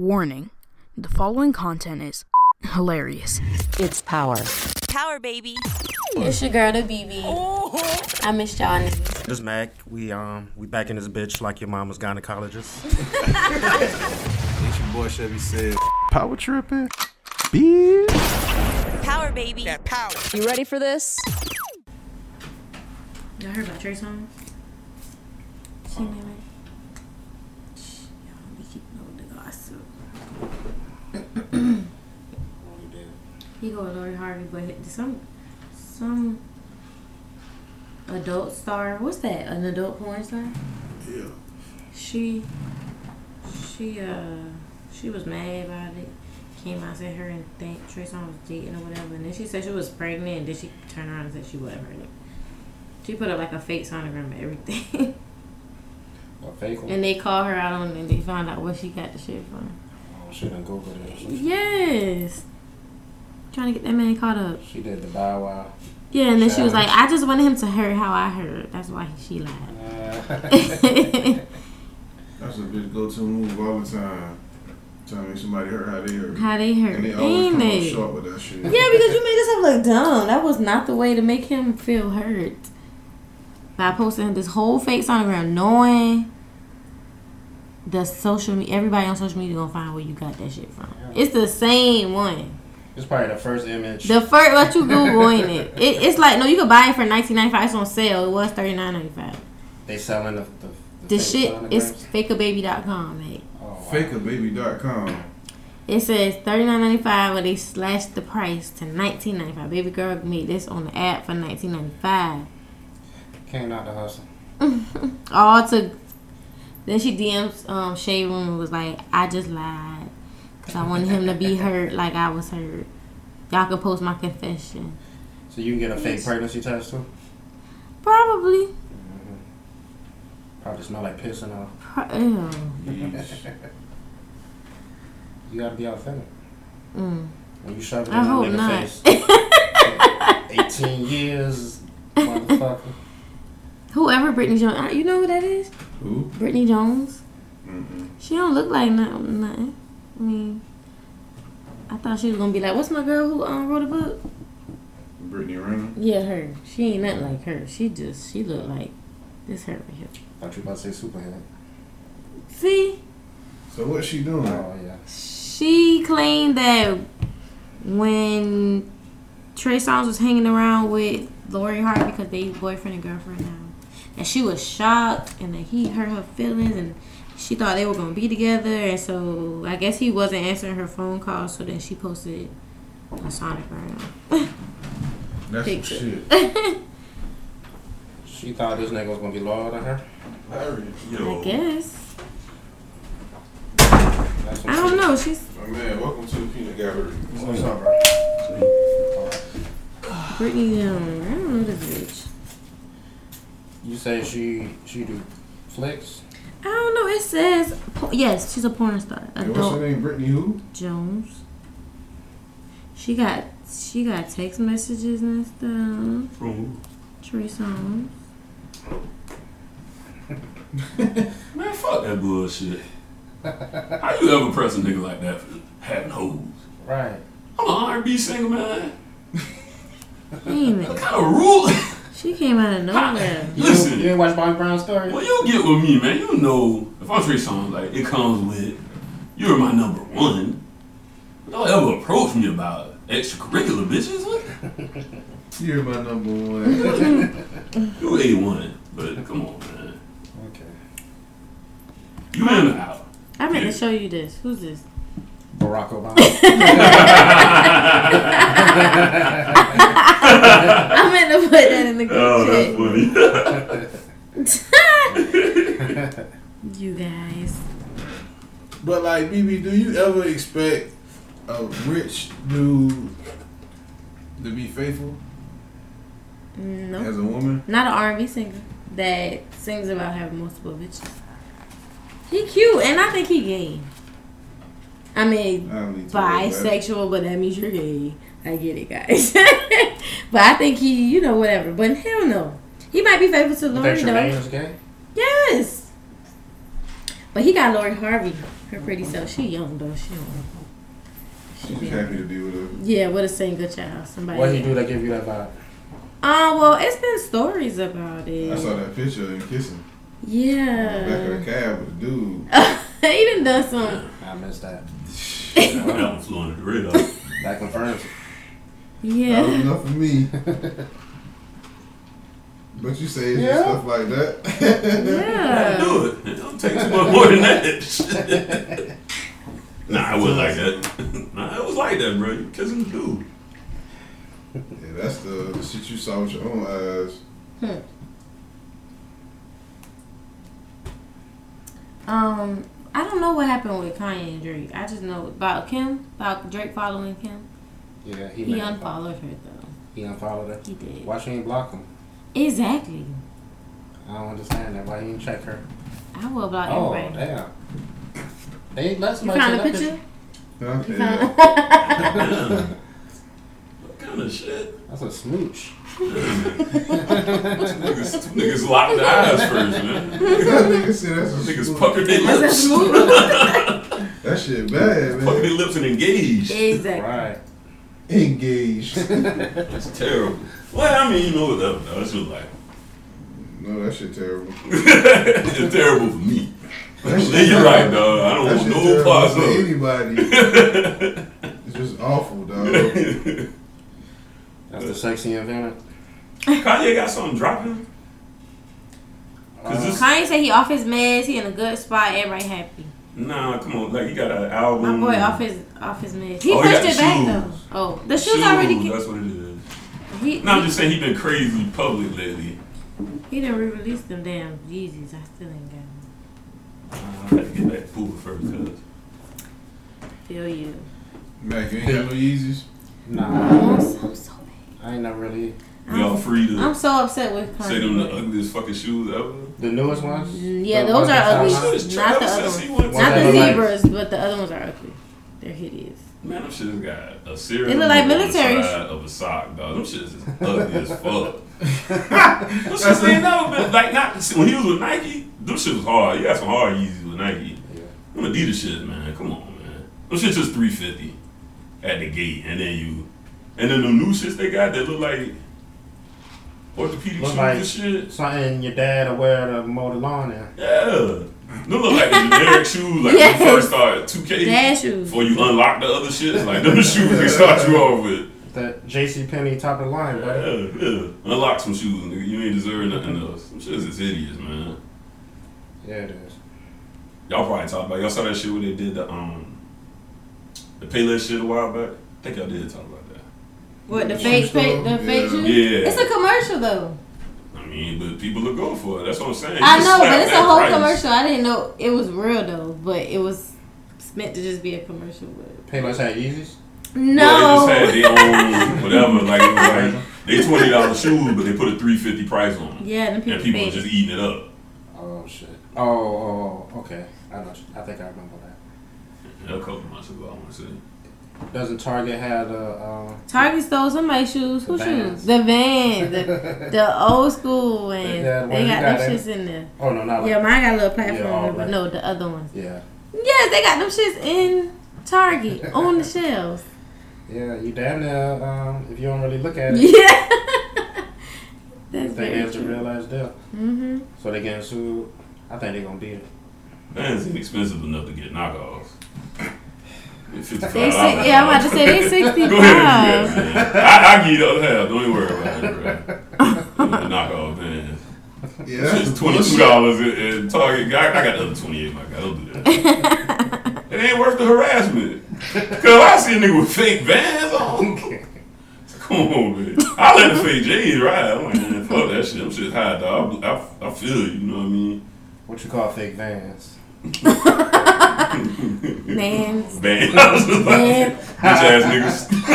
Warning the following content is hilarious. It's power. Power baby. It's your girl, the BB. I miss y'all. niggas. This is Mac. We um we back in this bitch like your mama's gynecologist. It's your boy Chevy said. power tripping, bitch. Power baby. You ready for this? Y'all heard about Trey song? She knew it. Shh, Y'all be keeping up with the gossip. he go with Lori Harvey, but he- some some adult star. What's that? An adult porn star? Yeah. She she uh she was mad about it. Came out said her and think Trey Songz was dating or whatever, and then she said she was pregnant. And then she turned around and said she wasn't pregnant. She put up like a fake sonogram and everything, A fake and they called her out on it. And they found out where she got the shit from. Oh, She done Google this. Yes, trying to get that man caught up. She did the bow wow. Yeah, and then she was Shout like, out. "I just wanted him to hear how I heard. That's why she lied." That's a bitch go to move all the time. Trying to make somebody hurt how they hurt. how they heard, and they always ain't come up they? short with that shit. Yeah, because you made yourself look dumb. That was not the way to make him feel hurt. By posting this whole fake sonogram, knowing the social media, everybody on social media gonna find where you got that shit from. It's the same one. It's probably the first image. The first what you googling it, it it's like no, you could buy it for nineteen ninety five. It's on sale. It was thirty nine ninety five. they selling the the, The shit is fakeababy.com, mate. Fakerbaby.com. It says thirty nine ninety five, but they slashed the price to nineteen ninety five. Baby girl made this on the app for nineteen ninety five. came out the hustle. all to then she DMs um Shay Room and was like, I just lied because I wanted him to be hurt like I was hurt. Y'all can post my confession. So you can get a fake pregnancy test too. Probably. Probably smell like piss and all. Pro- ew. You gotta be authentic. Mm. When you shove it in I that hope nigga not. face. Eighteen years, motherfucker. Whoever Brittany Jones, uh, you know who that is? Who? Brittany Jones. Mm-mm. She don't look like nothing. nothing. I mean, I thought she was gonna be like, what's my girl who um, wrote a book? Brittany Renner. Yeah, her. She ain't nothing like her. She just she look like this her right here. Thought you about to say superhead. See. So what's she doing? Oh yeah. She claimed that when Trey Songz was hanging around with Lori Hart because they boyfriend and girlfriend now, that she was shocked and that he hurt her feelings and she thought they were gonna be together and so I guess he wasn't answering her phone calls so then she posted a sonogram. That's some Picture. shit. She thought this nigga was gonna be loyal to her. Larry, I yo. guess That's what I she- don't know. She's My man, welcome to the peanut gallery. What's up, bro? Brittany. Um, I don't know this bitch. You say she she do flicks. I don't know. It says po- yes, she's a porn star. Hey, what's her Adult. name? Brittany who? Jones. She got she got text messages and stuff. From Trey Songz. Man, fuck that bullshit. How you ever press a nigga like that for having hoes? Right. I'm an R&B singer, man. Damn it. Kind of rule. She came out of nowhere. Listen. You ain't watch Bobby Brown's story? Well, you get with me, man. You know, if I'm Trey Songz, like it comes with you're my number one. Don't ever approach me about extracurricular bitches. What? You're my number one. You a one, but come on, man. Okay. You in the out. I meant to show you this. Who's this? Barack Obama. I meant to put that in the group chat. Oh, funny. You guys. but like, BB, do you ever expect a rich dude to be faithful No. as a woman? Not an R&B singer that sings about having multiple bitches. He cute and I think he gay. I mean, I don't need to worry about it. bisexual, but that means you're gay. I get it, guys. but I think he, you know, whatever. But hell no, he might be faithful to You think Lori your name though. is gay? Yes, but he got Lori Harvey. her pretty self. She young though. She don't. She She's be- happy to be with her. yeah, what a single child. Somebody. What he do that give you that vibe? Uh, well, it's been stories about it. I saw that picture of him kissing. Back of Yeah. the cab with the dude. he done done some. I missed that. That one flew under the radar. That confirms. That was Yeah. enough for me. But you say it's just stuff like that. That'll Yeah. do it. It don't take too much more than that. nah, it wasn't like that. Nah, it was like that, bro. You kissing the dude. yeah, that's the shit you saw with your own eyes. Um, I don't know what happened with Kanye and Drake. I just know about Kim, about Drake following Kim. Yeah, he He made- unfollowed her though. He unfollowed her. He did. Why she ain't block him? Exactly. I don't understand that. Why he didn't check her? I will block Oh everybody. damn. They ain't let You somebody found check a that picture? Huh? You Yeah. found a Damn. what kind of shit? That's a smooch. Niggas, niggas lock their eyes first, man. Nigga said that's a Niggas smooth- pucker their lips. That shit bad, Pucker their man. lips and engage. Exactly. Right. Engaged. That's terrible. Well, I mean, you know what that no, That's just like, no, that shit terrible. it's terrible for me. That shit You're right, terrible. dog. I don't That want shit no terrible parts for of anybody. it. It's just awful, dog. That's the sexy event. Kanye got something dropping? Cause this, Kanye said he off his meds. He in a good spot. Everybody happy. nah, come on, like he got an album. My boy off his off his meds. He Oh, he pushed got it back shoes. though. Oh, the shoes, already. Came. That's what it is. He, No, I'm he, just saying he been crazy public lately. he didn't re-release them damn Yeezys. I still ain't got them. Uh, I had to get that food first, cause Feel you. Oh, Mac, you ain't got no Yeezys? Nah, I'm so so mad. I ain't never really. we all free to I'm so upset with Kanye. say them the uh, ugliest fucking shoes ever. The newest ones? Mm, yeah, The those ones are that ugly. sound Not like- It's the trash other since ones. he went to- Not the Whatever, like- zebras, but the other ones are ugly. They're hideous. Man, them shits got a serious. They look like number on the military side Of a sock, dog. Them shits is ugly as fuck. them shits ain't never been like not see, when he was with Nike. Them shit was hard. You got some hard Yeezys with Nike. Them Adidas shits, man. Come on, man. Them shits just three fifty at the gate, and then you, and then the new shits they got that look like orthopedic Look shoes like- and shit. Something your dad will wear to mow the lawn in. Yeah. Them look like the generic shoes, like Yes. when you first started 2K. Dad shoes. Before you unlock the other shit, like them the shoes they start you off with. The J.C. Penney top of the line, buddy. Yeah, yeah. Unlock some shoes, nigga. You ain't deserve nothing else. Some shit is hideous, man. Yeah, it is. Y'all probably talked about y'all saw that shit where they did the um the Pele shit a while back. I think y'all did talk about that. What the Shoe fake store? fake the Yeah. fake shoes? Yeah. Mm-hmm. It's a commercial though. I mean, but people are going for it. That's what I'm saying. I You know, but slap it's a that whole price. commercial. I didn't know it was real though, but it was it's meant to just be a commercial. But Payless had Yeezys. Well, no, they just had their own whatever. Like, it was like they twenty dollars shoes, but they put a three fifty price on them, yeah, them people, and people fake. are just eating it up. Oh shit. Oh, oh, oh, okay. I know. I think I remember that. A couple months ago, I want to say. Doesn't Target uh, had a? Target stole somebody's shoes. Who The shoes? Vans. The van, the, Uh, the old school ones. Yeah, well, they you got, got them it. shits in there. oh no, not like. Yeah, Yeah. mine got a little platform, all but right. no, the other ones. yeah. Yes, they got them shits in Target on the shelves. you damn near, um, if you don't really look at it, Yeah, that's you think very that's the real true. ass deal. Mm-hmm. So they getting sued. I think they gonna beat it. Vans ain't expensive enough to get knockoffs. They $55. They say, yeah, I'm about to say they sixty Go ahead and five. do that, man. I, I give you the other half. Don't even worry about it, bro. The knockoff Vans. Yeah, that's It's the twenty two bullshit. dollars at, at Target. I, I got the other twenty eight. My God, don't do that. it ain't worth the harassment. Cause I see a nigga with fake Vans on. Come on, man. I let the fake J's ride. I'm like, man, fuck that shit. I'm shit high, dog. I, I, I feel you. You know what I mean? What you call fake vans? Man, Bang. I was just like, man, bitch ass niggas.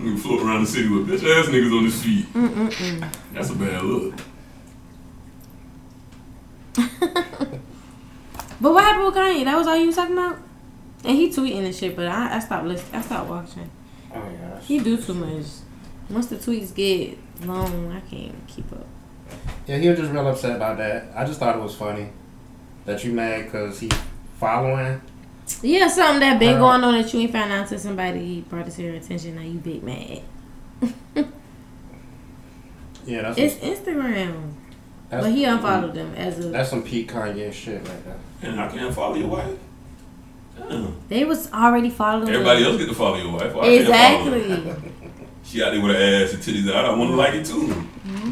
Nigga float around the city with bitch ass niggas on his feet. That's a bad look. But what happened with Kanye? That was all you was talking about? And he tweeting and shit, but I, I stopped listening. I stopped watching. Oh my gosh. He do too much. Once the tweets get long, I can't keep up. Yeah, he was just real upset about that. I just thought it was funny that you mad because he following. Yeah, something that been Uh, going on that you ain't found out to somebody brought it to your attention. Now you big mad. Yeah, that's It's Instagram, that's, but he uh, unfollowed them as of That's some Pete Kanye shit right there. And I can't follow your wife. Damn. they was already following. them. Everybody else get to follow your wife. I can't follow her. Exactly. She out there with her ass and titties. out. I don't want to like it too.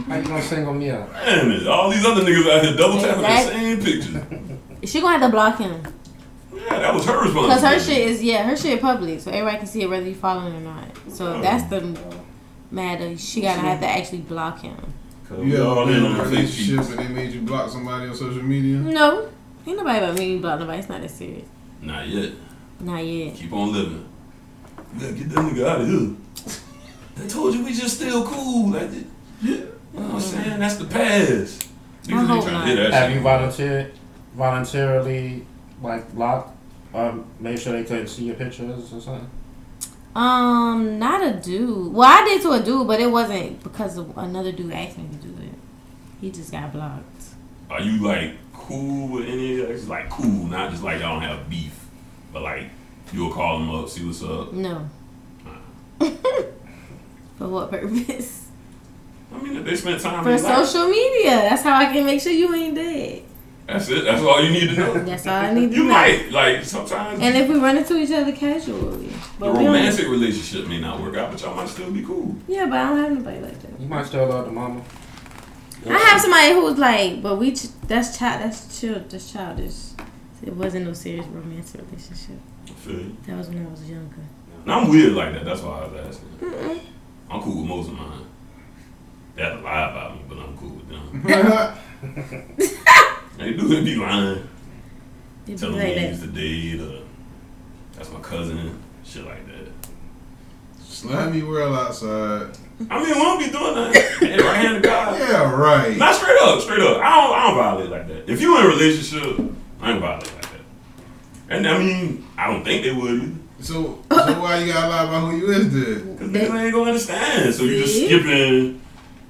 How you gonna single me out? Damn it. All these other niggas out here double tapping Exactly. the same picture. she gonna have to block him Yeah, that was her response. because her shit is yeah, her shit public, so everybody can see it whether you following or not. So that's the matter. She gotta have to actually block him. we You all ever in been on in a the fake sheet. relationship and they made you block somebody on social media? No, ain't nobody about me block nobody. It's not that serious. Not yet. Not yet. Keep on living. You gotta get that nigga out of here. They told you we just still cool. Like, you know what I'm saying? That's the past. Mm. I Niggas ain't hope trying to hear that Have shit. you volunteered, voluntarily, like block, um, make sure they couldn't see your pictures or something? Um, not a dude. Well, I did to a dude, but it wasn't because of another dude asked me to do it. He just got blocked. Are you like cool with any of that? Just like cool, not just like y'all don't have beef, but like you'll call them up, see what's up. No. For what purpose? I mean, if they spent time For in your life, social media. That's how I can make sure you ain't dead. That's it. That's all you need to know. That's all I need to You know. might like sometimes And if we run into each other casually, the but we don't, romantic relationship may not work out, but y'all might still be cool. yeah, but I don't have anybody like that. You might still love the mama. I have somebody who's like, but we ch- that's child, that's chill, that's childish. It wasn't no serious romantic relationship. I feel you. That was when I was younger. And I'm weird like that. That's why I was asking. I'm cool with most of mine. That's a lie about me, but I'm cool with them. They do they be lying, It was telling like me they that. used to date or that's my cousin, shit like that. Slimy world outside. I mean, we don't be doing nothing. And right hand to God. Yeah, right. Not straight up, straight up. I don't, I don't violate like that. If you in a relationship, I ain't violate like that. And I mean, I don't think they would either. So, so why you gotta lie about who you is then? Because niggas ain't gonna understand. So you're just See? skipping,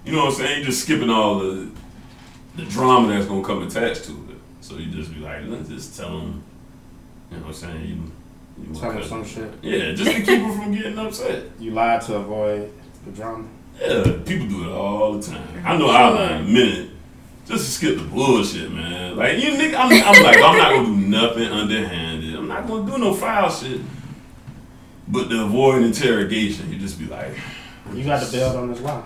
you know what I'm saying? You're just skipping all the the drama that's gonna come attached to it. So you just be like, let's just tell them, you know what I'm saying? You, you my Tell them some cousin. shit. Yeah, just to keep them from getting upset. You lied to avoid the drama. Yeah, people do it all the time. I know I lie a minute. Just to skip the bullshit, man. Like you nigga, I'm, I'm like, I'm not gonna do nothing underhanded. I'm not gonna do no foul shit. But to avoid interrogation, you just be like, You got to build on this lie.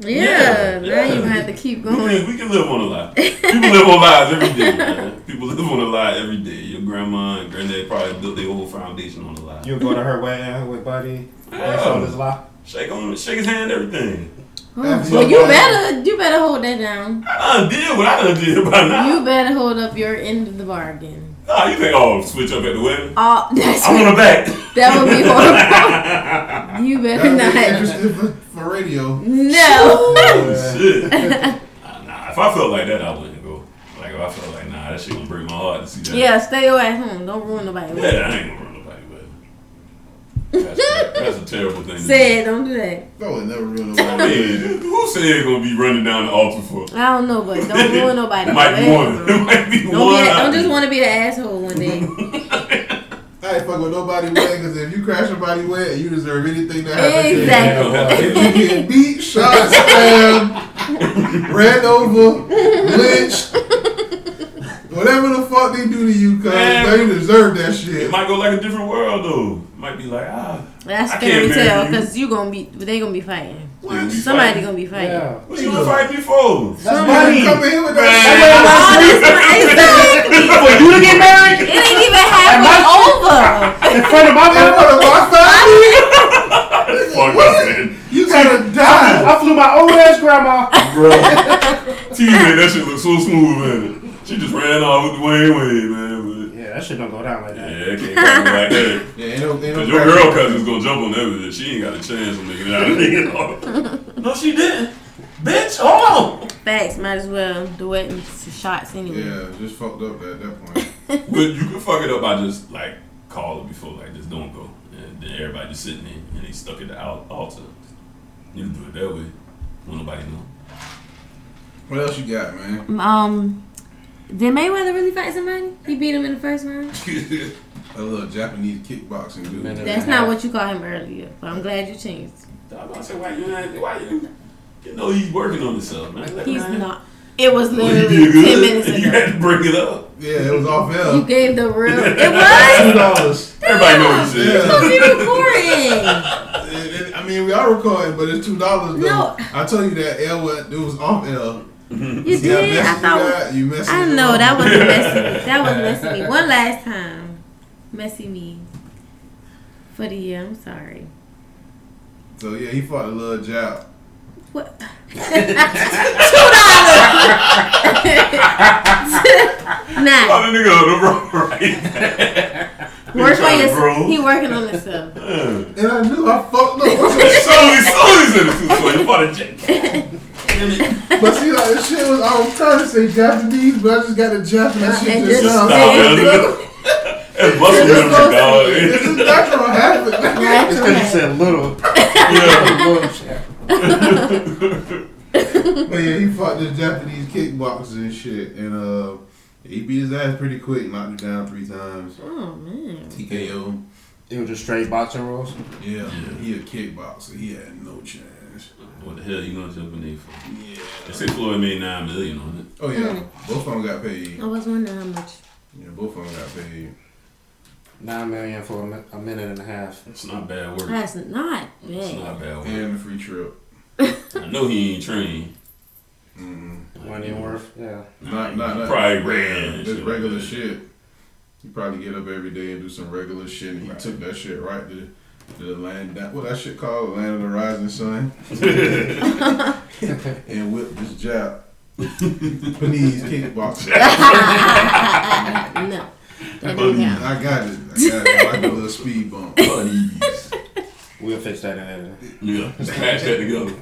Yeah, now yeah. you have to keep we going. can, we can live on a lie. People live on lies every day, man. People live on a lie every day. Your grandma and granddad probably built their whole foundation on a lie. You go to her wedding with Buddy. Based Yeah. on this lie. Shake on, shake his hand, everything. Well, Oh, you better you better hold that down. I done did what I done did by now. You better hold up your end of the bargain. nah, Ah, you think I'll switch up at the wedding? Oh, that's I want her back. that would be horrible. you better That'd be not. interesting for, for radio. No. Shit. Nah, nah, if I felt like that, I wouldn't go. Like, if I felt like, nah, that shit gonna break my heart to see that. yeah, stay away at home. Don't ruin nobody. Yeah, I ain't gonna run nobody with it. That's, that's a terrible thing. to do. Said, don't do that. I would never ruin I nobody. mean, who said they're gonna be running down the altar for? I don't know, but don't ruin nobody. It might be Whatever. one. It might be Don't, one. be a, out don't just there. want to be the asshole one day. I ain't fuck with nobody wet because if you crash somebody wet, you deserve anything that happens. Exactly. Oh. You get beat, shot, stabbed, ran over, lynched, whatever the fuck they do to you, cause Man. they deserve that shit. It might go like a different world though. It might be like ah, That's I can't fairy tale marry you. because you gonna be they gonna be fighting. What? You Somebody fighting? gonna be fighting. Yeah. what you gonna fight me for? That's Somebody money. come in here with Man. that Oh, that's right. For you to get married It ain't even halfway over. in front of my shit in mama? front of my family. Fuck up, man. You gotta die, I flew my old ass grandma. bro. T made that shit look so smooth, man. She just ran off with the Wayne Wayne, man. Yeah, that shit don't go down like But, that. yeah, it can't come like that. Yeah, ain't no, ain't no Cause your crash. girl cousin's gonna jump on everything. She ain't got a chance of making it out of it. no, she didn't. Bitch, hold on. Facts might as well do it in some shots anyway. Yeah, just fucked up at that point. But you can fuck it up by just like call it before, like just don't go, and then everybody just sitting there and they stuck at the al- altar. You can do it that way. Won't nobody know. What else you got, man? Um, did Mayweather really fight somebody? He beat him in the first round. A little Japanese kickboxing dude. Minute. That's not what you called him earlier, but I'm glad you changed. I was about to say, why you not, why you, you know he's working on himself, man. Let He's him- not. It was Well, you literally did ten good. minutes and you ago. had to bring it up. Yeah, it was off You hell. gave the real. It was. Two dollars. Everybody knows what you Yeah. said. Supposed to be recording. It- it- I mean, we are recording, but it's two dollars. No. I tell you that L. What it was off L. You See how did. I messy you thought. got? you messy. I know that was messy. That was messy. Me. One last time, messy me. For the year, I'm sorry. So yeah, he fought a little jab. What? Two dollars. nah. Oh, the nigga on the road right Work on Trying to yourself. grow. He working on himself. And I knew I fucked up. Slowly, slowly Oh, said it too slow. You bought a jet. But see, like, this shit was, I was trying to say Japanese, but I just got a Japanese shit And just just sounds say- like That's muscle It's supposed memory, to dog. be- It's just natural habit. nigga. Natural. Because you said little. Yeah. little shit. But Oh, yeah, he fought this Japanese kickboxer and shit, and uh, he beat his ass pretty quick, knocked him down three times, Oh man. TKO. him. It was just straight boxing rules. Yeah, he a kickboxer. He had no chance. What the hell you gonna jump in there for? Yeah. They say Floyd made nine million on it. Oh yeah, both of them got paid. I was wondering how much. Yeah, both of them got paid. Nine million for a, mi- a minute and a half. It's not bad work. That's not It's bad. not bad work. And the free trip. I know he ain't trained. Mm. Money worth. Yeah. Not not not Probably ran and Just shit regular like that. shit. He probably get up every day and do some regular shit. And he Right. took that shit right to, to the land that what that shit called the land of the rising sun and whipped this jab. Japanese kickboxer. no. That Buddy. didn't count. I got it. I got it. I like a little speed bump. Buddies. We'll fix that in editing. Yeah. Just Patch that together.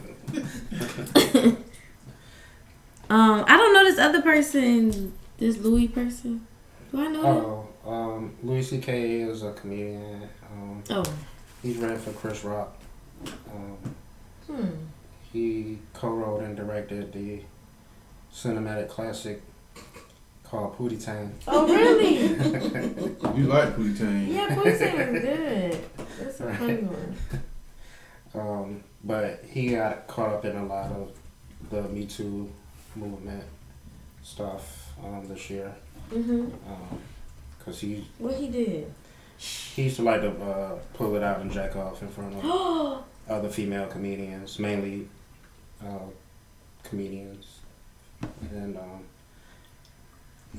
Um, I don't know this other person. This Louis person. Do I know Oh, um, Louis C.K. is a comedian. Um, that? Oh. he's ran for Chris Rock. Um, Hmm. he co-wrote and directed the cinematic classic called Pootie Tang. Oh really? You like Poutine. yeah, Poison was good. That's a funny one. Um, but he got caught up in a lot of the Me Too movement stuff um, this year. Mm-hmm. Because he, What he did? he used to like to uh, pull it out and jack off in front of Oh. other female comedians, mainly uh, comedians. And um,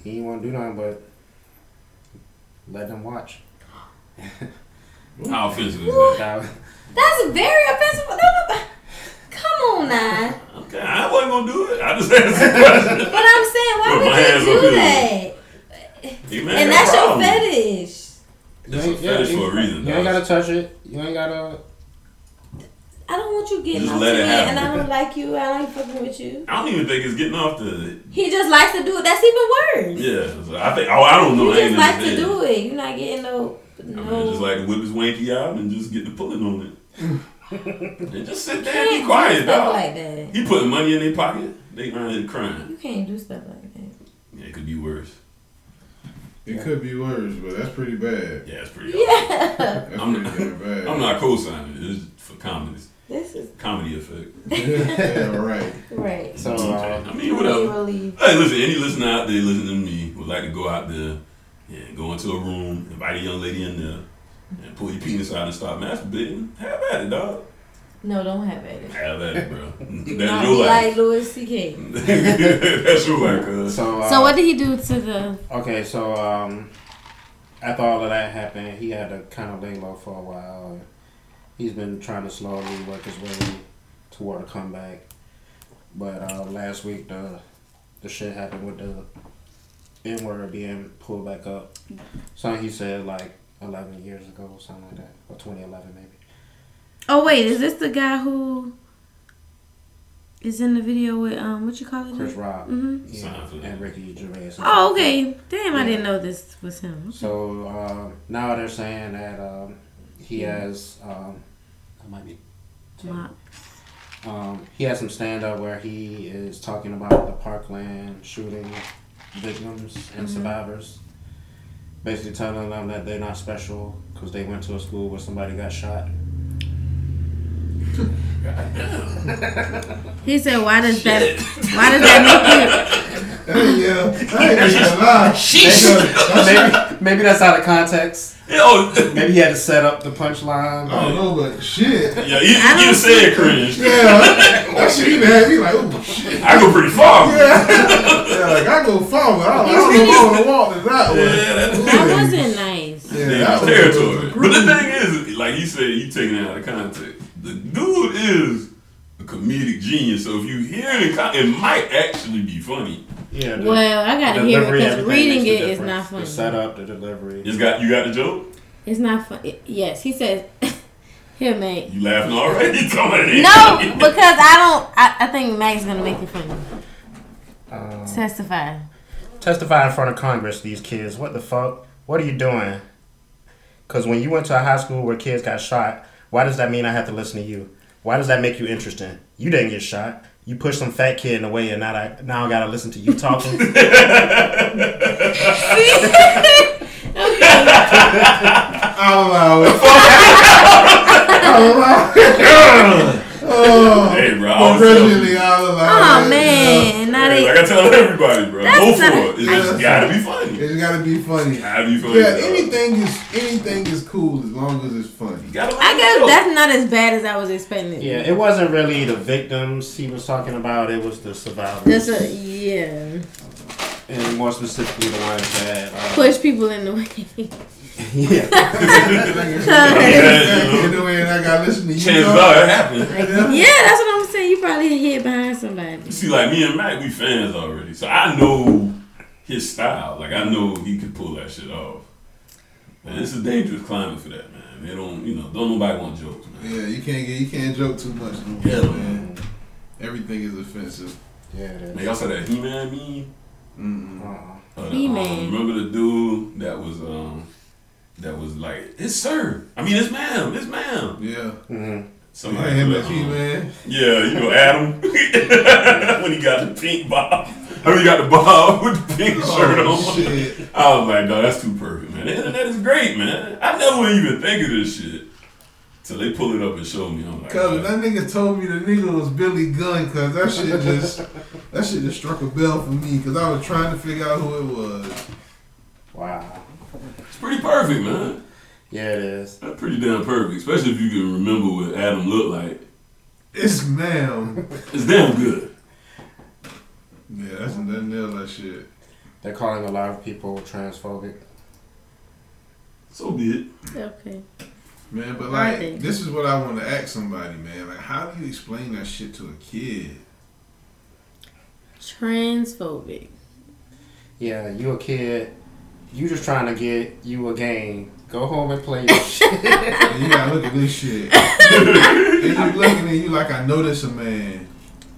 he didn't want to do nothing but let them watch. How offensive is that? That was- That's very offensive. No, no, but- Come on now. Okay, I wasn't gonna do it. I just asked the question. But I'm saying, why Put my would hands you up do here. that? Hey, man, And got that's your problems. fetish. That's You a ain't- yeah, fetish you- for a reason. You ain't dog. gotta touch it. You ain't gotta. I don't want you getting Just off to let me, it happen. and I don't like you. I like fucking with you. I don't even think it's getting off the. He just likes to do it. That's even worse. Yeah, so I think. Oh, I don't know. You I just ain't like to understand. do it. You're not getting no. I no. mean, just like whip his wanky out and just get the pulling on it. and just sit there you and can't be quiet, do stuff dog. like that. he putting money in their pocket. They running crying. You can't do stuff like that. Yeah, it could be worse. It could be worse, but that's pretty bad. Yeah, it's pretty. awful. Yeah. That's I'm- pretty damn bad. I'm not co-signing it. It's for comedy, This is comedy effect. yeah, right. right. So, uh, I mean, whatever. Really. Hey, listen. Any listener out there listening to me would like to go out there and go into a room, invite a young lady in there, and pull your penis out and start masturbating. Have at it, dog. No, don't have at it. Have at it, bro. That's Not your be life. like Louis C.K. That's your life, cuz. so, uh, So what did he do to the? Okay, so um, after all of that happened, he had to kind of lay low for a while. He's been trying to slowly work his way toward a comeback, but uh, last week the the shit happened with the N word being pulled back up. Something he said like eleven years ago, or something like that, or twenty eleven maybe. Oh wait, is this the guy who is in the video with um? What you call it? Chris Rock Mm-hmm. yeah, Seinfeld. and Ricky Gervais. Oh okay. Damn, I Yeah. didn't know this was him. So uh, now they're saying that um, he has. Um, I might be. Wow. Um, he has some stand up where he is talking about the Parkland shooting victims Mm-hmm. and survivors. Basically telling them that they're not special because they went to a school where somebody got shot. He said, "Why does that? Why does that make you?" Hey, yeah. Hey, yeah. Nah. maybe, maybe that's out of context. Yeah, oh, Maybe he had to set up the punchline. I don't know, but shit. yeah, you, you said cringe. Yeah, that shit even had me like, oh shit. I go pretty far. Yeah, Yeah, like I go far, but I don't, I don't know if I want to walk to that one. that, That wasn't nice. Yeah, yeah, that it's was- territory. But the thing is, like you said, you taking it out of context. The dude is a comedic genius, so if you hear it, in con- it might actually be funny. Yeah, the- Well, I gotta hear it delivery, because everything reading makes it the is not difference. funny. The setup, the delivery. It's got you got the joke. It's not funny. Yes, he says, "Here, mate." You laughing already? You talking about it. No, because I don't. I, I think Mag's gonna make it funny. Um, Testify. testify in front of Congress, these kids. What the fuck? What are you doing? Because when you went to a high school where kids got shot, why does that mean I have to listen to you? Why does that make you interesting? You didn't get shot. You pushed some fat kid in the way, and now I now I gotta listen to you talking. I'll allow it. I'll allow it. Oh, hey, bro. I was telling you. originally I'll allow it. Oh man, now Hey, they. like I tell everybody, bro, go That's for not- it. It's just gotta be funny. It's gotta be funny. Gotta be funny. Yeah, dog. anything is anything is cool as long as it's funny. Gotta I like guess the joke. that's not as bad as I was expecting. yeah, it wasn't really the victims he was talking about. It was the survivors, That's a yeah. and more specifically the ones that uh, Push people in the way. yeah, Yeah, you know. You know, and I gotta listen to you. Chances talk. are it happened. Yeah, that's what I'm saying. You probably hid behind somebody. See, like me and Mac, we fans already, so I know his style. Like I know he could pull that shit off. Man, it's a dangerous climate for that, man. They don't, you know, don't nobody want jokes, man. Yeah, you can't get you can't joke too much no more, Yeah, man. Everything is offensive. yeah, it is. Now, y'all saw that He Man meme? Mm-mm. Uh, Uh, um, He-Man. remember the dude that was, um, that was like, it's sir. I mean, it's ma'am. It's ma'am. Yeah, mhm. Somebody. yeah, him put and that he on. man. Yeah, you know Adam when he got the pink bob. I mean, he got the bob with the pink shirt on. Oh, shit. I was like, no, that's too perfect, man. The internet is great, man. I never would even think of this shit till they pull it up and show me. I'm like, Cause "Man." that nigga told me the nigga was Billy Gunn. Cause that shit just that shit just struck a bell for me. Cause I was trying to figure out who it was. Wow, it's pretty perfect, man. yeah, it is. That's pretty damn perfect, especially if you can remember what Adam looked like. It's ma'am. It's damn good. Yeah, that's that nail that shit. They're calling a lot of people transphobic. So be it. Okay. Man, but I like think- this is what I want to ask somebody, man. Like, how do you explain that shit to a kid? Transphobic. Yeah, you a kid. You just trying to get you a game. Go home and play your shit. And you gotta look at this shit. and you looking and you like, I know this a man.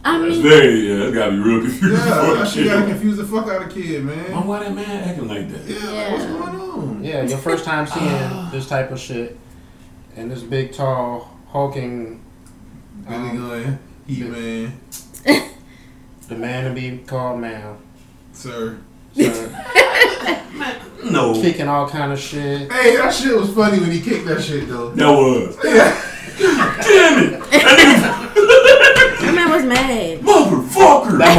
I That's mean, very, yeah, that's gotta be Yeah, real confusing. for a that shit kid. gotta confuse the fuck out of kid, Why- man. Why that man acting like that? Yeah, like, what's Yeah. going on? yeah, your first time seeing this type of shit, and this big, tall, hulking, Billy um, Gunn, He Man, the man to be called man, Sir. sir, No, that kicking all kind of shit. Hey, that shit was funny when he kicked that shit though. was. Damn it, that man was mad. motherfucker! That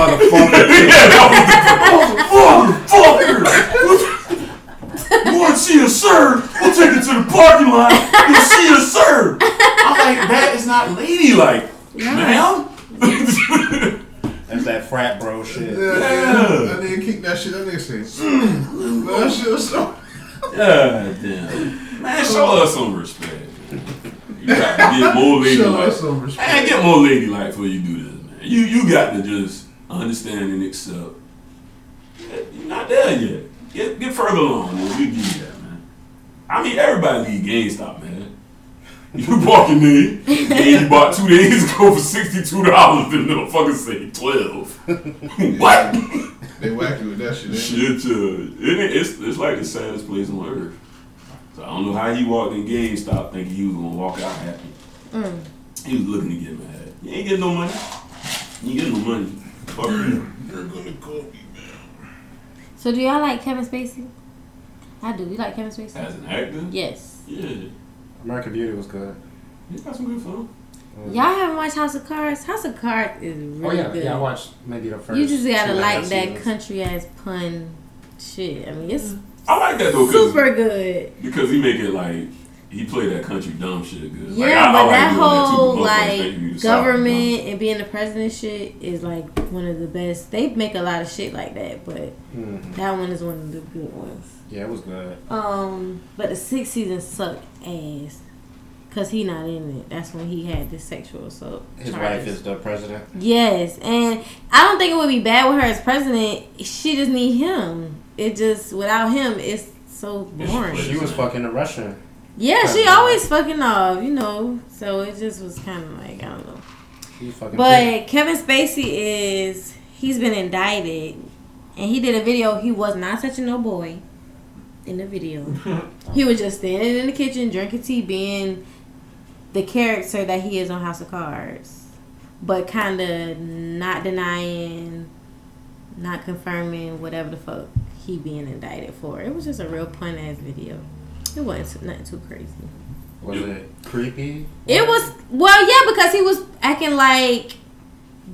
motherfucker. Motherfucker! Lord, see a sir. We'll take it to the parking lot and see a sir. I'm like, that is not ladylike, ma'am. That's that frat bro shit. Yeah, Yeah. That nigga kicked that shit. That nigga said, "Mm." But that shit was so. God damn. Man, show us some respect. man. You got to get more Show us ladylike. some Man, respect. get more ladylike before you do this, man. You you got to just understand and accept. You're not there yet. Get get further along, man. We get that, man. I mean, everybody need GameStop, man. You walking in, game you bought two days ago for sixty-two dollars, then motherfucker say twelve. what? They wacky with that shit. ain't they? Shit, uh, it, ain't- it's it's like the saddest place on earth. So I don't Mm. know how he walked in GameStop thinking he was gonna walk out happy. He was looking to get mad. You ain't getting no money. You ain't getting no money. Fuck you. You're gonna call me, man. So do y'all like Kevin Spacey? I do. You like Kevin Spacey? As an actor? Yes. Yeah. American Beauty was good. He got some good film. Y'all haven't watched House of Cards? House of Cards is really Oh yeah, good. yeah. I watched maybe the first. you just gotta two and a half like that seasons. country ass pun shit. I mean, it's I like that though because super good. because he make it like he play that country dumb shit good. Yeah, like, I, but I that doing too, whole motherfuckers like think you the South, government and being the president shit is like one of the best. They make a lot of shit like that, but Mhm. that one is one of the good ones. Yeah, it was good. Um, but the sixth season sucked ass. Cause he not in it. That's when he had the sexual assault. His charges. wife is the president. Yes, and I don't think it would be bad with her as president. She just need him. It just without him, it's so boring. Yes. She was fucking a Russian. Yeah, she always fucking off, you know. So it just was kind of like I don't know. She was fucking. But Kevin Spacey is he's been indicted, and he did a video. He was not touching no boy in the video. he was just standing in the kitchen drinking tea, being the character that he is on House of Cards, but kind of not denying, not confirming whatever the fuck he being indicted for. It was just a real pun ass video. It wasn't nothing too crazy. was it creepy? It was well, yeah, because he was acting like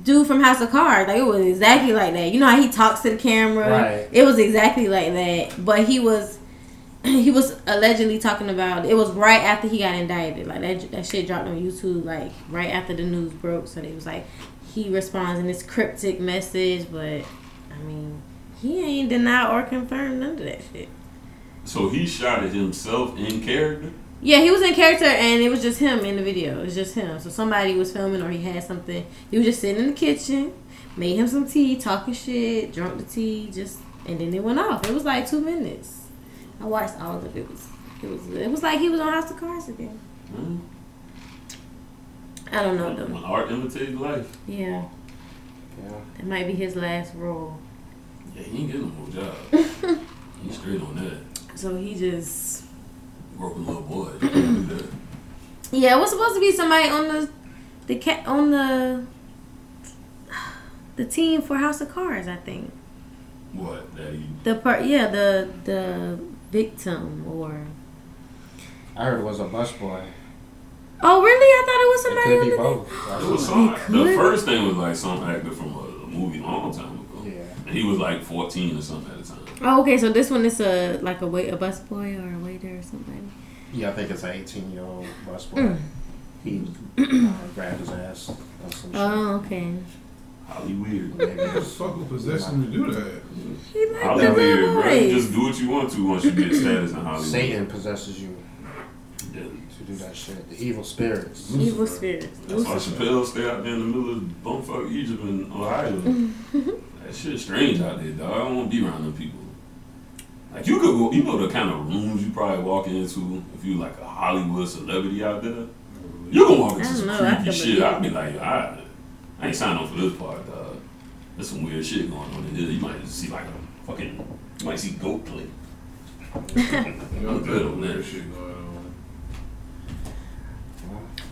dude from House of Cards. Like it was exactly like that. You know how he talks to the camera. Right. It was exactly like that. But he was he was allegedly talking about it was right after he got indicted. Like that that shit dropped on YouTube like right after the news broke. So they was like he responds in this cryptic message, but I mean he ain't denied or confirmed none of that shit. So he shot at himself in character. Yeah, he was in character, and it was just him in the video. It was just him. So somebody was filming, or he had something. He was just sitting in the kitchen, made him some tea, talking shit, drunk the tea, just, and then it went off. It was like two minutes. I watched all of it. It was, it was, it was like he was on House of Cards again. Hmm? I don't know When though. art imitates life, Yeah, Yeah. that might be his last role. yeah, he ain't getting no more job. He's straight on that. So he just. Broken little boy. He can't do that. Yeah, it was supposed to be somebody on the, the cat on the. The team for House of Cards, I think. What? That he The part, yeah, the the victim or I heard it was a bus boy. oh really? I thought it was It somebody. could be on the- both. It was Oh, some, it the could. first thing was like some actor from a, a movie a long time ago. Yeah. And he was like 14 or something at the time. Oh, okay, so this one is a like a wait a bus boy or a waiter or something. Yeah, I think it's an 18 year old bus Mm. boy. He uh, grabbed his ass. Or some shit. Oh, okay. Holly Weird. Maybe it What the was- fuck would possess him to do that? He liked Holly the Weird, little bro. You boys. just do what you want to once you get status in Hollywood. Satan possesses you Yeah. to do that shit. The evil spirits. Evil spirits. That's why Chappelle stay out there in the middle of bumfuck Egypt and Ohio. that shit's strange out there, dog. I don't want to be around them people. Like you could go, you know the kind of rooms you probably walk into if you like a Hollywood celebrity out there. You gonna walk into I don't some know, I creepy could shit. believe I'd be like, I, I ain't signing up for this part, dog. There's some weird shit going on in here. You might see like a fucking, you might see goat play. I'm good on that. shit going on.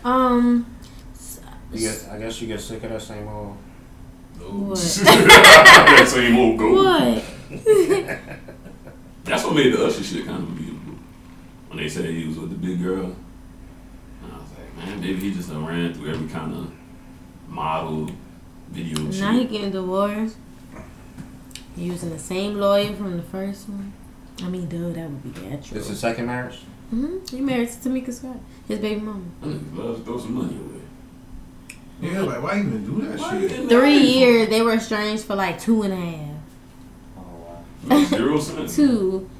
Um. s- You get, I guess you get sick of that same old. What? that same old goat. What? That's what made the Usher shit kind of believable. When they said he was with the big girl, and I was like, man, maybe he just done ran through every kind of model video and Now he shit. getting divorced. Using the same lawyer from the first one. I mean, dude, that would be natural. This is second marriage? hmm He married to Tamika Scott, his baby mama. That nigga loves to throw some money away. Yeah, like why even do that Why you shit? getting Three married years. They were estranged for like two and a half. Oh, wow. for? Makes Zero sense. Two.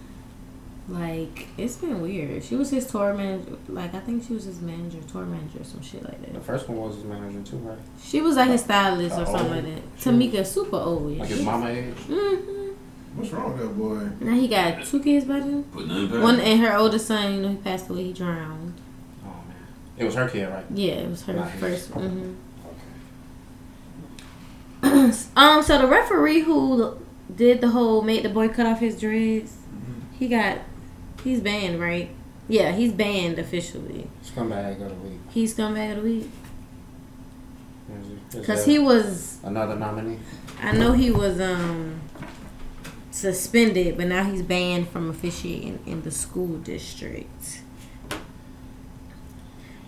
Like it's been weird. She was his tour manager. Like I think she was his manager, tour manager, or some shit like The that. first one was his manager, too, right? She was like his stylist or How something like old? that. Tamika, super old. Oh, Like his mama age? hmm What's wrong with that boy? Now he got two kids by then. Put nothing back. One and her older son. You know, he passed away. He drowned. Oh, man. It was her kid, right? Yeah, it was her Nice. first. hmm Okay. Um, so the referee who did the whole made the boy cut off his dreads, Mm-hmm. he got he's banned, right? Yeah, he's banned officially. Scumbag of the week. He's scumbag of the week. Is Cause that he was, another nominee. I know he was um suspended, but now he's banned from officiating in the school district.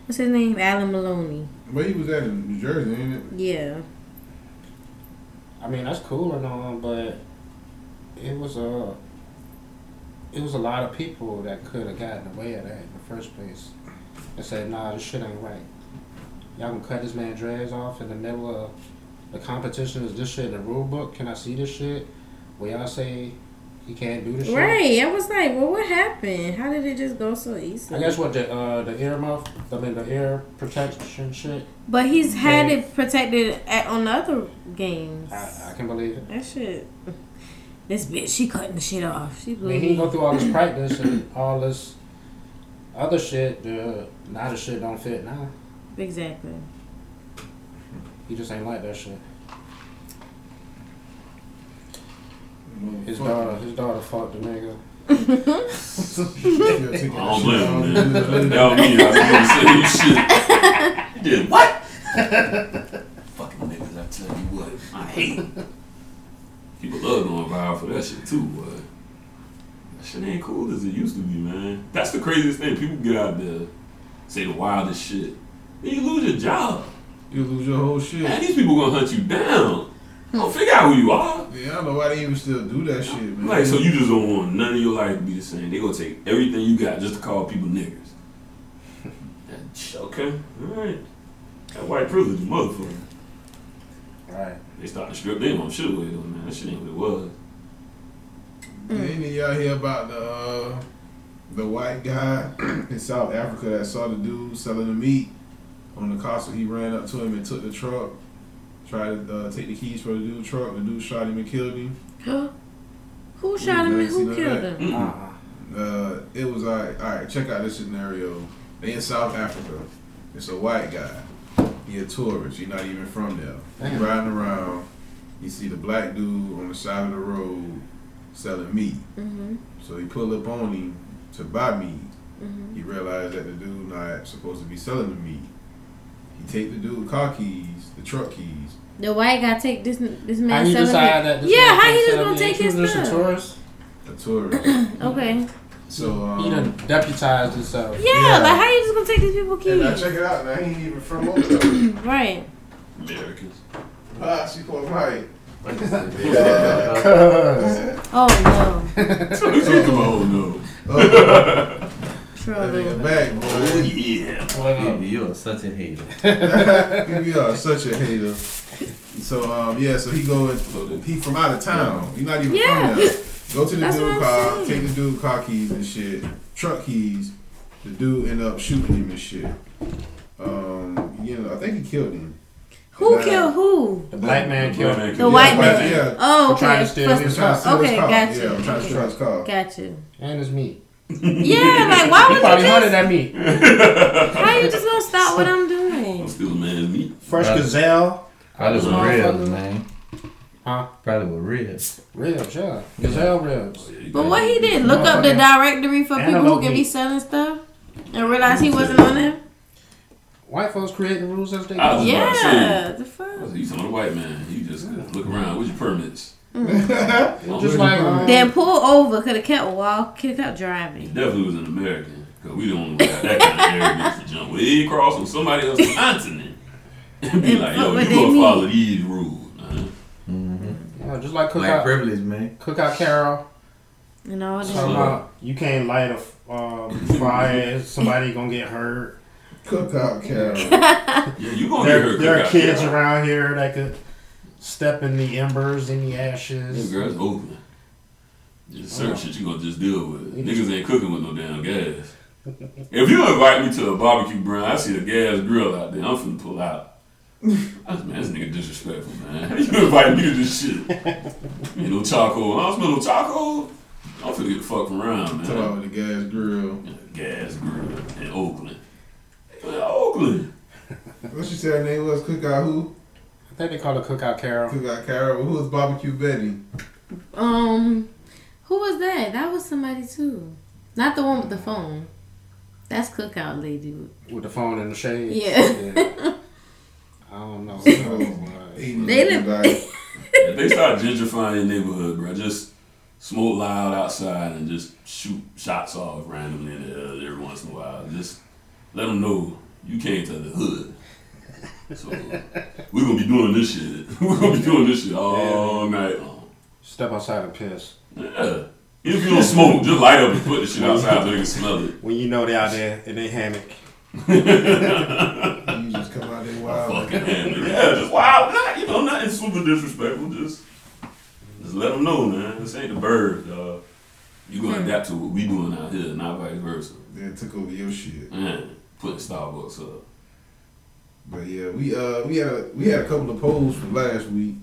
What's his name? Alan Maloney. But he was at in New Jersey, ain't it? Yeah. I mean, that's cool and all, but it was a it was a lot of people that could have gotten away with that in the first place. They said, "Nah, this shit ain't right. Y'all can cut this man dreads off in the middle of the competition. Is this shit in the rule book? Can I see this shit? Where y'all say he can't do this shit?" Right. I was like, well, what happened? How did it just go so easily? I guess what the uh, the ear muff, I mean the ear protection shit. But he's had They- it protected at, on the other games. I, I can believe it. That shit. This bitch, she cutting the shit off. She I blew mean, he me. go through all this practice and all this other shit. The now the shit don't fit now. Exactly. He just ain't like that shit. His Motherfucker. daughter, his daughter fucked the nigga. Yeah, take that I don't shit blame him, man. off. That was me. I was gonna say you shit. You did what? Fucking niggas, I tell you what. I hate. it. People love going viral for that shit too, boy. That shit ain't cool as it used to be, man. That's the craziest thing. People get out there, say the wildest shit. Then you lose your job. You lose your whole shit. Man, these people gonna hunt you down. Don't figure out who you are. Yeah, I don't know why they even still do that shit, man. Like, so you just don't want none of your life to be the same. They gonna take everything you got just to call people niggers. That's- okay, alright. That white privilege, motherfucker. Right. They started to strip them on shit with them, man. That shit ain't what it was. Did any of y'all hear about the uh, the white guy in South Africa that saw the dude selling the meat on the castle? He ran up to him and took the truck, tried to uh, take the keys for the dude's truck. The dude shot him and killed him. Who shot him and You who guys killed know him? Mm-mm. Uh-uh. Uh, it was like, all right, check out this scenario. They in South Africa. It's a white guy. He a tourist. He not even from there. He Damn. riding around. You see the black dude on the side of the road selling meat. Mm-hmm. So he pulled up on him to buy meat. Mhm. He realized that the dude not supposed to be selling the meat. He take the dude car keys, the truck keys. The white guy take this this How man you selling decide it. that? This Yeah, man how can't he just sell gonna me? take He his was stuff? Just a tourist. A tourist. Okay. Yeah, so He done um, deputized himself. Yeah. like how you just gonna take these people and now keys? check it out. Now he ain't even from over there. Right. Americans. Ah, she called right. Oh no. So they took him, oh no. Oh, that nigga Trouble. back, Oh boy. yeah. Well, Baby, you are such a hater. We are such a hater. So um, yeah, so he go and he from out of town. He not even Yeah. from there. Go to the That's what dude I'm car, saying. take the dude car keys and shit, truck keys. The dude end up shooting him and shit. Um, you know, I think he killed him. Who Nah. killed who? the black man killed him. The white yeah, man. Yeah, Oh, For trying okay. to steal I'm his First- trying to steal his Okay, car. gotcha. Yeah, I'm trying to steal his car. Got you. and his meat. Yeah, like why He would you probably just? hunted at me. How you just gonna stop what I'm doing? I'm still a man's meat. Fresh gazelle. Probably with ribs, Motherfucker. man. Huh? Probably with ribs. Ribs, yeah. Gazelle ribs. But what he did? Look up the directory for people who can be selling stuff and realize he wasn't on there. White folks create the rules as they I go. was about to say. Yeah, the fuck. You talking to white man? You just look around. What's your permits? Mm. Well, Just like um, Then pull over, could have kept walk, could have kept driving. Definitely was an American. Cause we don't have that kind of arrogance to jump way across on somebody else's continent and be like, yo, What you they gonna mean? follow these rules. huh? yeah, just like Black cookout, privilege, man. cookout Carol. And all Talking that. So- about you can't light a f- um, fire, somebody gonna get hurt. Cookout Carol. Yeah, Oh, you gonna get There, her there are cookout kids girl. around here that could step in the embers, in the This ashes. girl's open. Just certain Oh. shit you gonna just deal with. Niggas ain't cooking with no damn gas. If you invite me to a barbecue, Brian, I see the gas grill out there. I'm finna pull out. I just, man, this nigga disrespectful, man. How you invite me to this shit? Ain't no charcoal. I don't smell no charcoal. I'm finna get the fuck from around, man. Talking about with the gas grill. gas grill in Oakland. Man, Oakland. What you said her name was? Cookout who? I think they call it Cookout Carol. Cookout Carol. Who was Barbecue Betty? Um, who was that? That was somebody too. Not the one with the phone. That's cookout lady. With the phone in the shade. Yeah. Yeah. I don't know. Who knows, but- They live- Like, If they start gentrifying your neighborhood, bro, just smoke loud outside and just shoot shots off randomly in the air every once in a while. Just let them know you came to the hood. So we're gonna be doing this shit. We're gonna be doing this shit all night long. Step outside and piss. Yeah. If you don't smoke, just light up and put the shit outside so they can smell it. When you know they out there and they hammock. you just come out there wild. Fucking hammer. Yeah, just wild. Not, you know, nothing super disrespectful. Just, just let them know, man. This ain't the bird, dog. You gonna Hmm. adapt to what we doing out here, not vice versa. They took over your shit. Man, putting Starbucks up. But yeah, we uh we had a, we had a couple of polls from last week.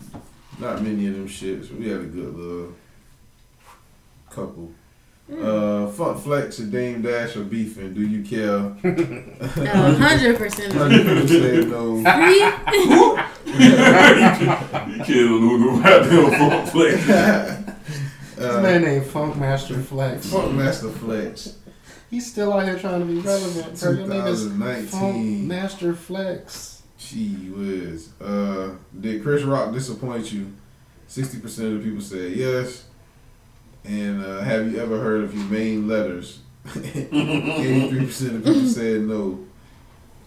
Not many of them shits. but We had a good little couple. Uh, fuck Flex and Dame Dash are beefing. Do you care? A hundred percent. Hundred people said no. Three. you kidding on who right there on front plate. His Uh, man named Funk Master Flex. fuck Master Flex. He's still out here trying to be relevant. Bro. Your name is Funk 2019. Master Flex. Gee whiz. Uh, did Chris Rock disappoint you? Sixty percent of the people said yes. And uh, have you ever heard of Humane Letters? Eighty-three percent of people said no.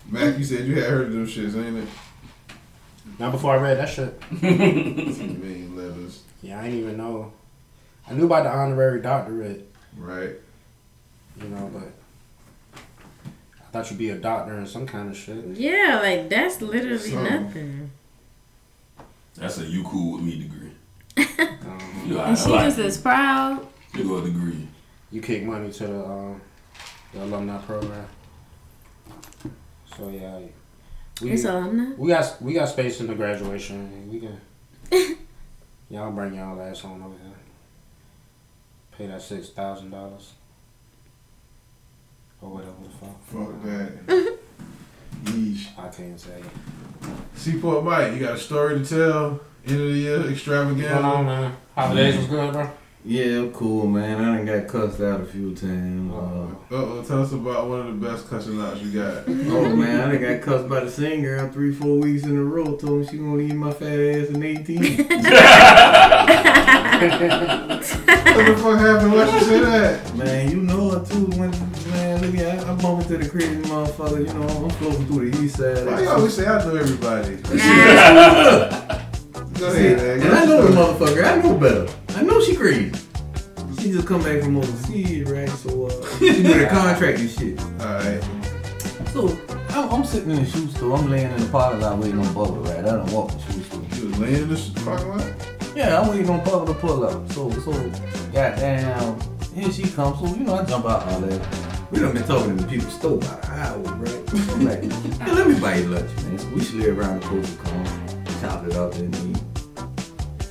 Mac, you said you had heard of them shits, ain't it? Not before I read that shit. Humane Letters, Yeah, I didn't even know. I knew about the honorary doctorate, right? you know, but I thought you'd be a doctor in some kind of shit. Yeah, like that's literally So- nothing. That's a you cool with me degree. Um, You know, I, I And she like just you. is proud. You go a degree. you kick money to the, um, the alumni program. So yeah, we It's alumni. we got we got space in the graduation. We can y'all bring y'all ass on over here. Pay that six thousand dollars or whatever the fuck. Fuck that. Yeesh. I can't say. Seaport Mike, you got a story to tell? End of the year What's going extravaganza. on, um, man? Holidays was good, bro. Yeah, I'm cool, man. I done got cussed out a few times. Uh, Uh oh, tell us about one of the best cussing outs you got. Oh man, I done got cussed by the same girl three, four weeks in a row. Told me she gonna eat my fat ass in eighteen. what the fuck happened? Why you say that? man, you know I too when man, look at I, I bump into the crazy motherfucker. You know I'm floating through the east side. Why you always say I know everybody? Go See, ahead, man. and I know the motherfucker. I know better. I know she crazy. She just come back from overseas, right? So uh, she with a contract and shit. Alright. So I'm, I'm sitting in the shoe store. I'm laying in the parking lot waiting on Bubba, right? I done walked the shoe store. You was laying in the parking lot? Yeah, I'm waiting on Bubba to pull up. So, so, goddamn, here she comes. So, you know, I jump out all that. We done been talking to the people store about an hour, right? I'm like, hey, let me buy you lunch, man. So we should live around the coast come, chop it up and eat.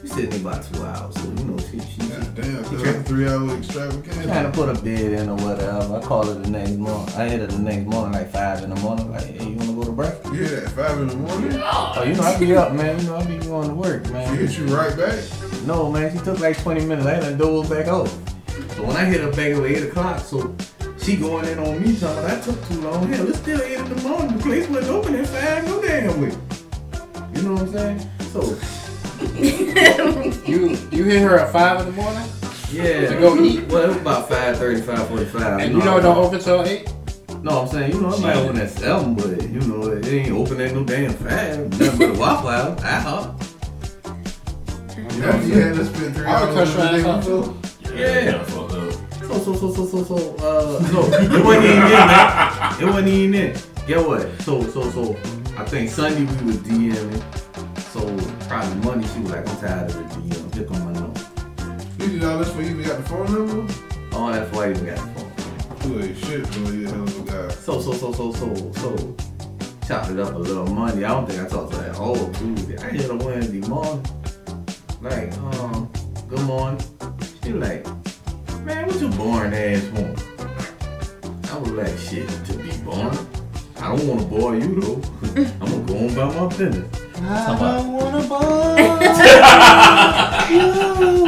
We sitting there about two hours, so you know, she, she, she God damn, that was a three hour Trying to extravaganza. put a bid in or whatever. I call her the next morning. I hit her the next morning, like five in the morning. Like, hey, you wanna go to breakfast? You hear that at five in the morning? Oh, you know, I be up, man. You know, I be going to work, She man. hit you right back. No, man, she took like 20 minutes. I had to dole back out. So when I hit her back at 8 o'clock, so she going in on me, talking about I took too long. Hell, it's still 8 in the morning. The place wasn't open at 5 no damn way. You know what I'm saying? So, You you hit her at five in the morning, yeah. To go eat? Well, it was about 5.30, 5.45. and you know it don't open till eight. No, I'm saying, you know, it might open at 7, but, you know, it ain't open at no damn 5. Nothing but a Waffle House. IHOP. Yeah, you had to spend three I would hours cuss on your ass the day out before. too. Yeah. Kinda fucked up. So, so, so, so, so, so, uh, no, it wasn't even in, man. It wasn't even in. Get what? So, so, so, I think Sunday we was DMing. So, probably Monday, she was like, I'm tired of the DM. Pick on my number. You did all this for you even got the phone number? Oh, that's why you got the phone. You ain't shit, bro. You a hell of a guy. So, so, so, so, so, so, chopped it up a little Monday. I don't think I talked to her at all Tuesday. I hit her Wednesday morning. Like, um, good morning. She was like, man, what you boring ass want? I was like, shit, to be boring. I don't want to bore you though. I'm gonna go on about my business. I don't wanna bore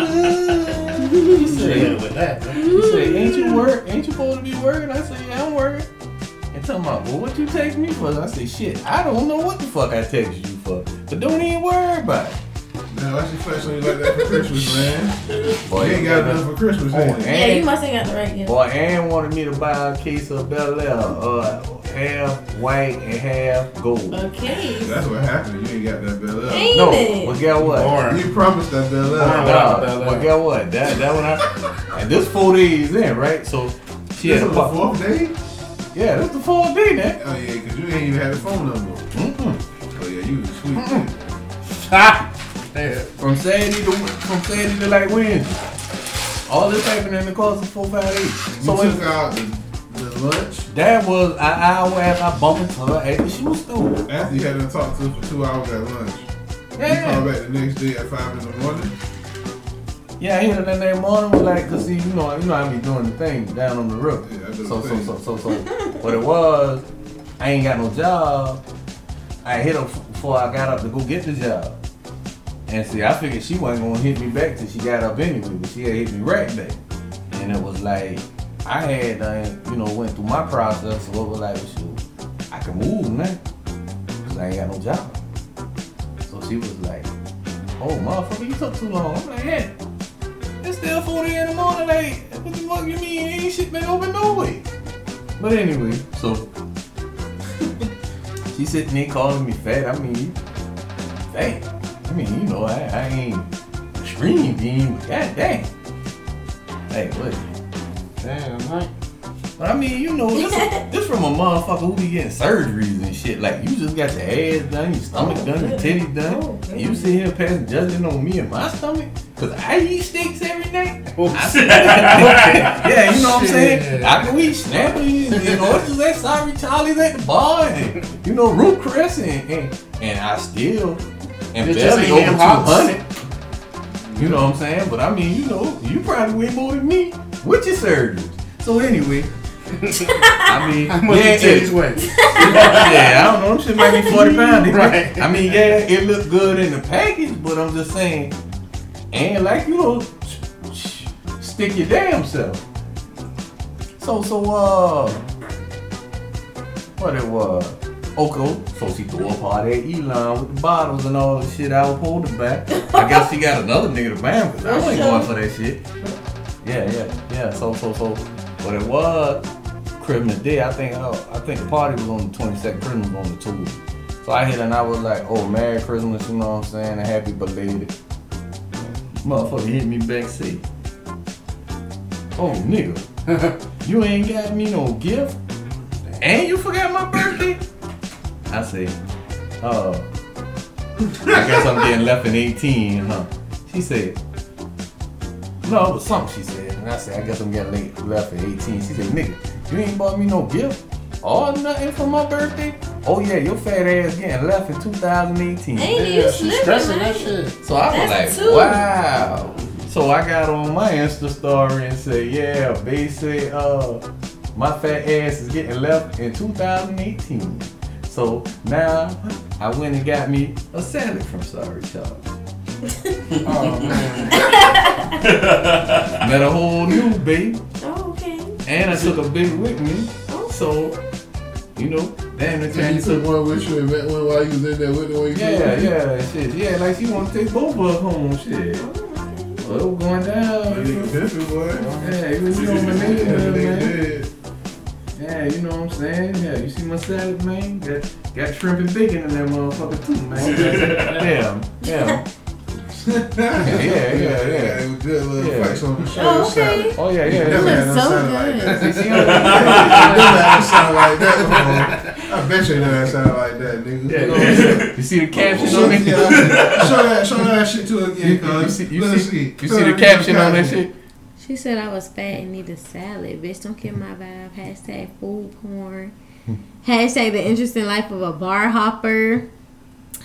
you. You should have hit her with that. bro. She said, ain't you work? Ain't you supposed to be working? I said, yeah, I'm working. and talking about, well, what you text me for? And I say, shit, I don't know what the fuck I text you for. But don't even worry about it. Now, why she flash on you like that for Christmas, man? You Boy, ain't got nothing for Christmas, Oh, ain't Yeah, you and, must have got the right gift. boy, and wanted me to buy a case of Bel Air, uh, half white and half gold. Okay. That's what happened. You ain't got that Bel Air. Ain't no, it? but guess what? Boring. You promised that Bel Air. Nah, Wow, Bel Air. well, guess what? That that when I and this four days in, right? So she This on had a the pop. fourth day? Yeah, that's the fourth day, man. Oh yeah, cause you ain't even had the phone number. Mm-mm. Oh yeah, you was sweet. Damn. Ah! From Saturday to from Saturday to like Wednesday. All this happened in the course of four five days. You So took it, out the, the lunch that was an hour after I bumped into her at the shoe store. after you had to talk to her for two hours at lunch. You Yeah, call back the next day at five in the morning. yeah. I hit her that day morning. Was like, cause see, you know, you know, I be doing the thing down on the roof. Yeah, I do So the so thing. so so so. what it was, I ain't got no job. I hit her f- before I got up to go get the job. And see, I figured she wasn't gonna hit me back till she got up anyway, but she had hit me right back. And it was like I had, done, you know, went through my process. So it was like, well, shoot, I can move man, 'cause I ain't got no job. So she was like, "Oh, motherfucker, you took too long." I'm like, "Yeah, it's still 40 in the morning. Like, what the fuck you mean? Ain't shit been open no way." But anyway, so she sitting there calling me fat. I mean, fat. I mean, you know, I, I ain't extreme being, but god dang. Hey, what? Damn, huh? But I mean, you know, this, this from a motherfucker who be getting surgeries and shit. Like, you just got your ass done, your stomach done, your titties done. and you sit here passing judging on me and my stomach? Because I eat steaks every night. I- yeah, you know what I'm saying? Oh, Shit. I can eat snappies and oysters at Sorry Charlie's at the bar and, you know, root cress and, and, and I still and It just barely ain't over them hops. 200. You know what I'm saying? But I mean, you know, you probably weigh more than me with your surgeries. So anyway, I mean, How much yeah, you titties it, weigh? yeah, I don't know. Them shit might be 40 pounds. Right. I mean, yeah, it looked good in the package, but I'm just saying, and like, you know, sh- sh- stick your damn self. So, so, uh, what it was? Oko, so she threw a party at Elon with the bottles and all the shit. I was holding back. I guess she got another nigga to bang because I ain't going for that shit. Yeah, yeah, yeah. So, so, so, what it was? Christmas Day. I think oh, I think the party was on the 22nd. Christmas was on the 2nd. So I hit her and I was like, "Oh, Merry Christmas," you know what I'm saying, and happy belated. Motherfucker hit me back, say, "Oh, nigga, you ain't got me no gift, and you forgot my birthday." I say, "Uh, I guess I'm getting left in 18, huh?" She said. No, it was something she said. And I said, I guess I'm getting late, left at 18. She said, nigga, you ain't bought me no gift or nothing for my birthday. Oh, yeah, your fat ass getting left in 2018. Ain't Yeah, you she slipping, stressing man? that shit. So I was That's like, two. wow. So I got on my Insta story and said, yeah, they say uh, my fat ass is getting left in 2018. So now I went and got me a salad from Sorry Charles. Oh, man. Met a whole new baby. Oh, okay. And I took a big with me. Oh. So, you know, damn the And time you took one with you and met one while you was in there with the one you Yeah, yeah, shit. Yeah, like she wanna take both of us home shit. Well, it was going Oh, down. you know. Different boy. Yeah, you was on my Yeah, neighborhood, they man. did. Yeah, you know what I'm saying? Yeah, you see my salad, man? Got, got shrimp and bacon in that motherfucker too, man. Damn, damn. Yeah, yeah, yeah, yeah. it was good little Yeah. flex on the show. Oh, Shout okay. Oh yeah, You yeah. never yeah. had no Looks so sound like that. You see You what I'm never had saying? a sound like that before. I bet you never had a sound like that, nigga. Yeah, you know what I'm saying? You see the caption Show on that, it? show that, show that shit to us You, again, you cuz. see, you Let us see, you Show see the that caption on that shit? She said I was fat and needed salad. Bitch, don't get my vibe. Hashtag food porn. Hmm. Hashtag the interesting life of a bar hopper.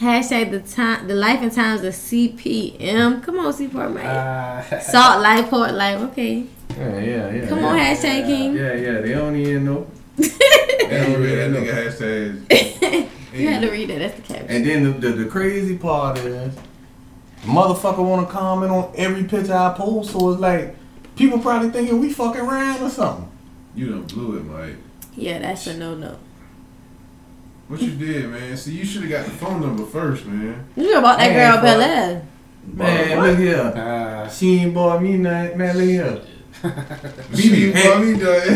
Hashtag the time, the life and times of CPM. Come on, Seaport Mike. Uh, Uh, Salt life, port life. Okay. Yeah, yeah, yeah. Come yeah. on, hashtag King. Yeah, yeah, they don't even know. That Yeah, yeah, nigga yeah. hashtag. You had to read it. That's the caption. And then the, the, the crazy part is, motherfucker want to comment on every picture I post, so it's like people probably thinking we fucking around or something. You done blew it, Mike. Yeah, that's a no no. What you did, man? See, you should have got the phone number first, man. You about that Man, girl bro. Bel Air? Man, look here. Uh, She ain't bought me nothing. Man, look here. BB, Hey. hey. me done.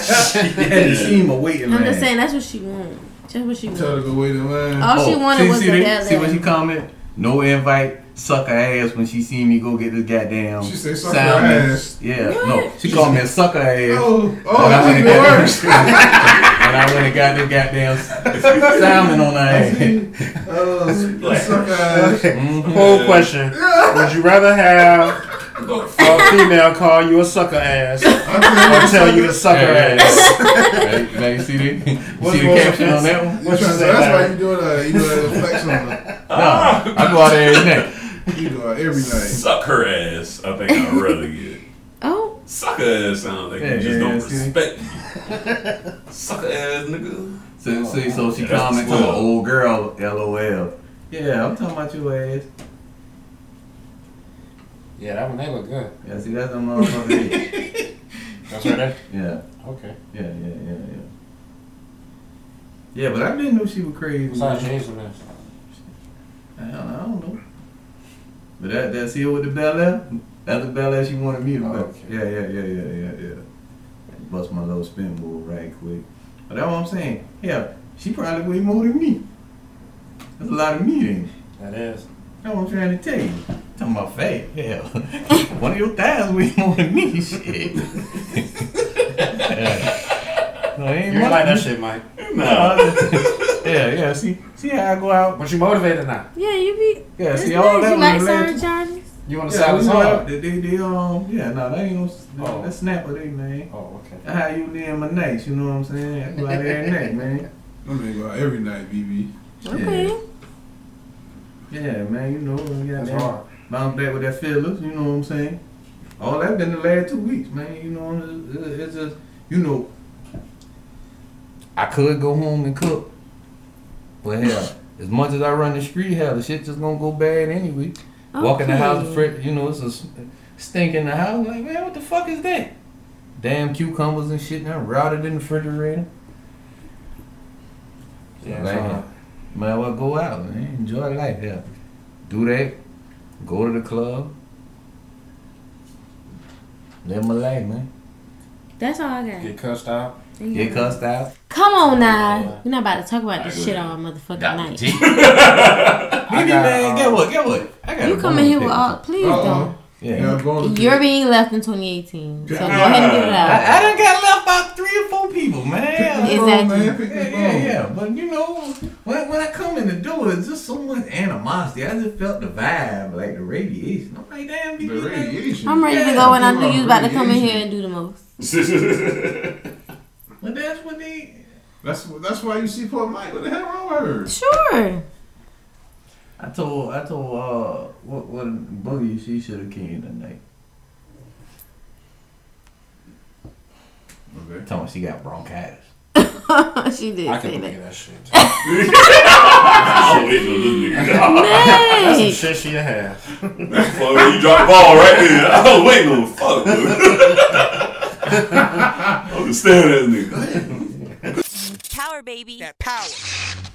She had to see him a waiting I'm line. just saying that's what she want. That's what she Tell want. her to go wait in line. All she wanted Oh, see, was see, a they- Bel See what she Air. comment? No invite. Suck her ass when she see me go get this goddamn. Oh. She say, "Suck her salmon." ass. Yeah, no. She called me a sucker ass. oh, oh, and I that's went even and worse. got and I went and got this goddamn s- salmon on her ass. Mm-hmm. Oh, suck ass. Whole question. Would you rather have a female call you a sucker ass or tell you a sucker Hey, hey, ass? hey, now you see the, you What's see the more caption on offense? that one? What you That's say why you about doing that. You doing that reflection on her. No, I go out there every night. You do it every night. Suck her ass. I think I'd rather get. Oh, Suck her ass sounds like Yeah, you just yeah, don't yeah, see? respect me. Suck her ass, nigga. So, so, so she Yeah, that's comments on swell. an old girl, lol. Yeah, I'm talking about your ass. Yeah, that one, they look good. Yeah, see, that's the motherfucker. That's right there? yeah, Okay. yeah, yeah, yeah, yeah. Yeah, but I didn't know she was crazy. Besides James on this. I don't, I don't know. But that that's here with the Bel Air. That's the Bel Air she wanted me to Oh, buy. okay. Yeah, yeah, yeah, yeah, yeah, yeah. Bust my little spin move right quick. But that's what I'm saying. Yeah, she probably way more than me. That's a lot of me then. That is. That's what I'm trying to tell you. Talking about fat. Hell. One of your thighs way more than me. Shit. yeah. No, it ain't You ain't much. like that shit, Mike. Nah. yeah, yeah. See, see how I go out. But you motivated now. yeah, you be. Yeah, It's see all nice. that You like was related Sarah Charges? You want to Yeah, sell we this go out. home? They, they, they, um, yeah, no, they ain't no, Oh. that snapper, they, man. Oh, okay. That's how you live my nights, you know what I'm saying? I go out there at night, man. I'm gonna go out every night, BB. Okay. Yeah, man, you know, we got That's that. hard. Bounce back with that feelings, you know what I'm saying? All that been the last two weeks, man, you know, it's, it's- it's just, you know, I could go home and cook, but hell, as much as I run the street, hell, the shit just gonna go bad anyway. Walk in the house, Okay. fr- you know, it's a s- stink in the house. Like, man, what the fuck is that? Damn cucumbers and shit now routed in the refrigerator. Yeah, Like, that's hard. Might as well go out, man. Enjoy life, yeah. Do that. Go to the club. Live my life, man. That's all I got. Get cussed out. Get cussed out. Come on now. We're not about to talk about I this go shit there. all motherfucking Dr. night. G. Baby, got, man, um, get what? Get what? I got You a come in here bone with to all. Please Uh-huh. Uh-oh. pick. Yeah. Yeah, I'm going don't. to You're being left in 2018. So go ahead and get it I, out. I done got left by three or four people, man. Exactly. man. Pick Yeah, this yeah, bone. yeah. But you know, when, when I come in the door, it's just so much animosity. I just felt the vibe, like the radiation. I'm like, damn, The BB, like, radiation. I'm ready to go, and I knew you was about to come in here and do the most. But that's what they. That's that's why you see poor Mike with the hell wrong with her. Sure. I told, I told, uh, what, what boogie she should have came tonight. Okay. Tell me she got bronchitis. she did I say that. can believe that shit. That's I'm waiting on this nigga. some Hey, shit she have. Fuck, you dropped the ball right there. I was waiting on fuck, dude. I'm just staring at this nigga. Power baby. That power.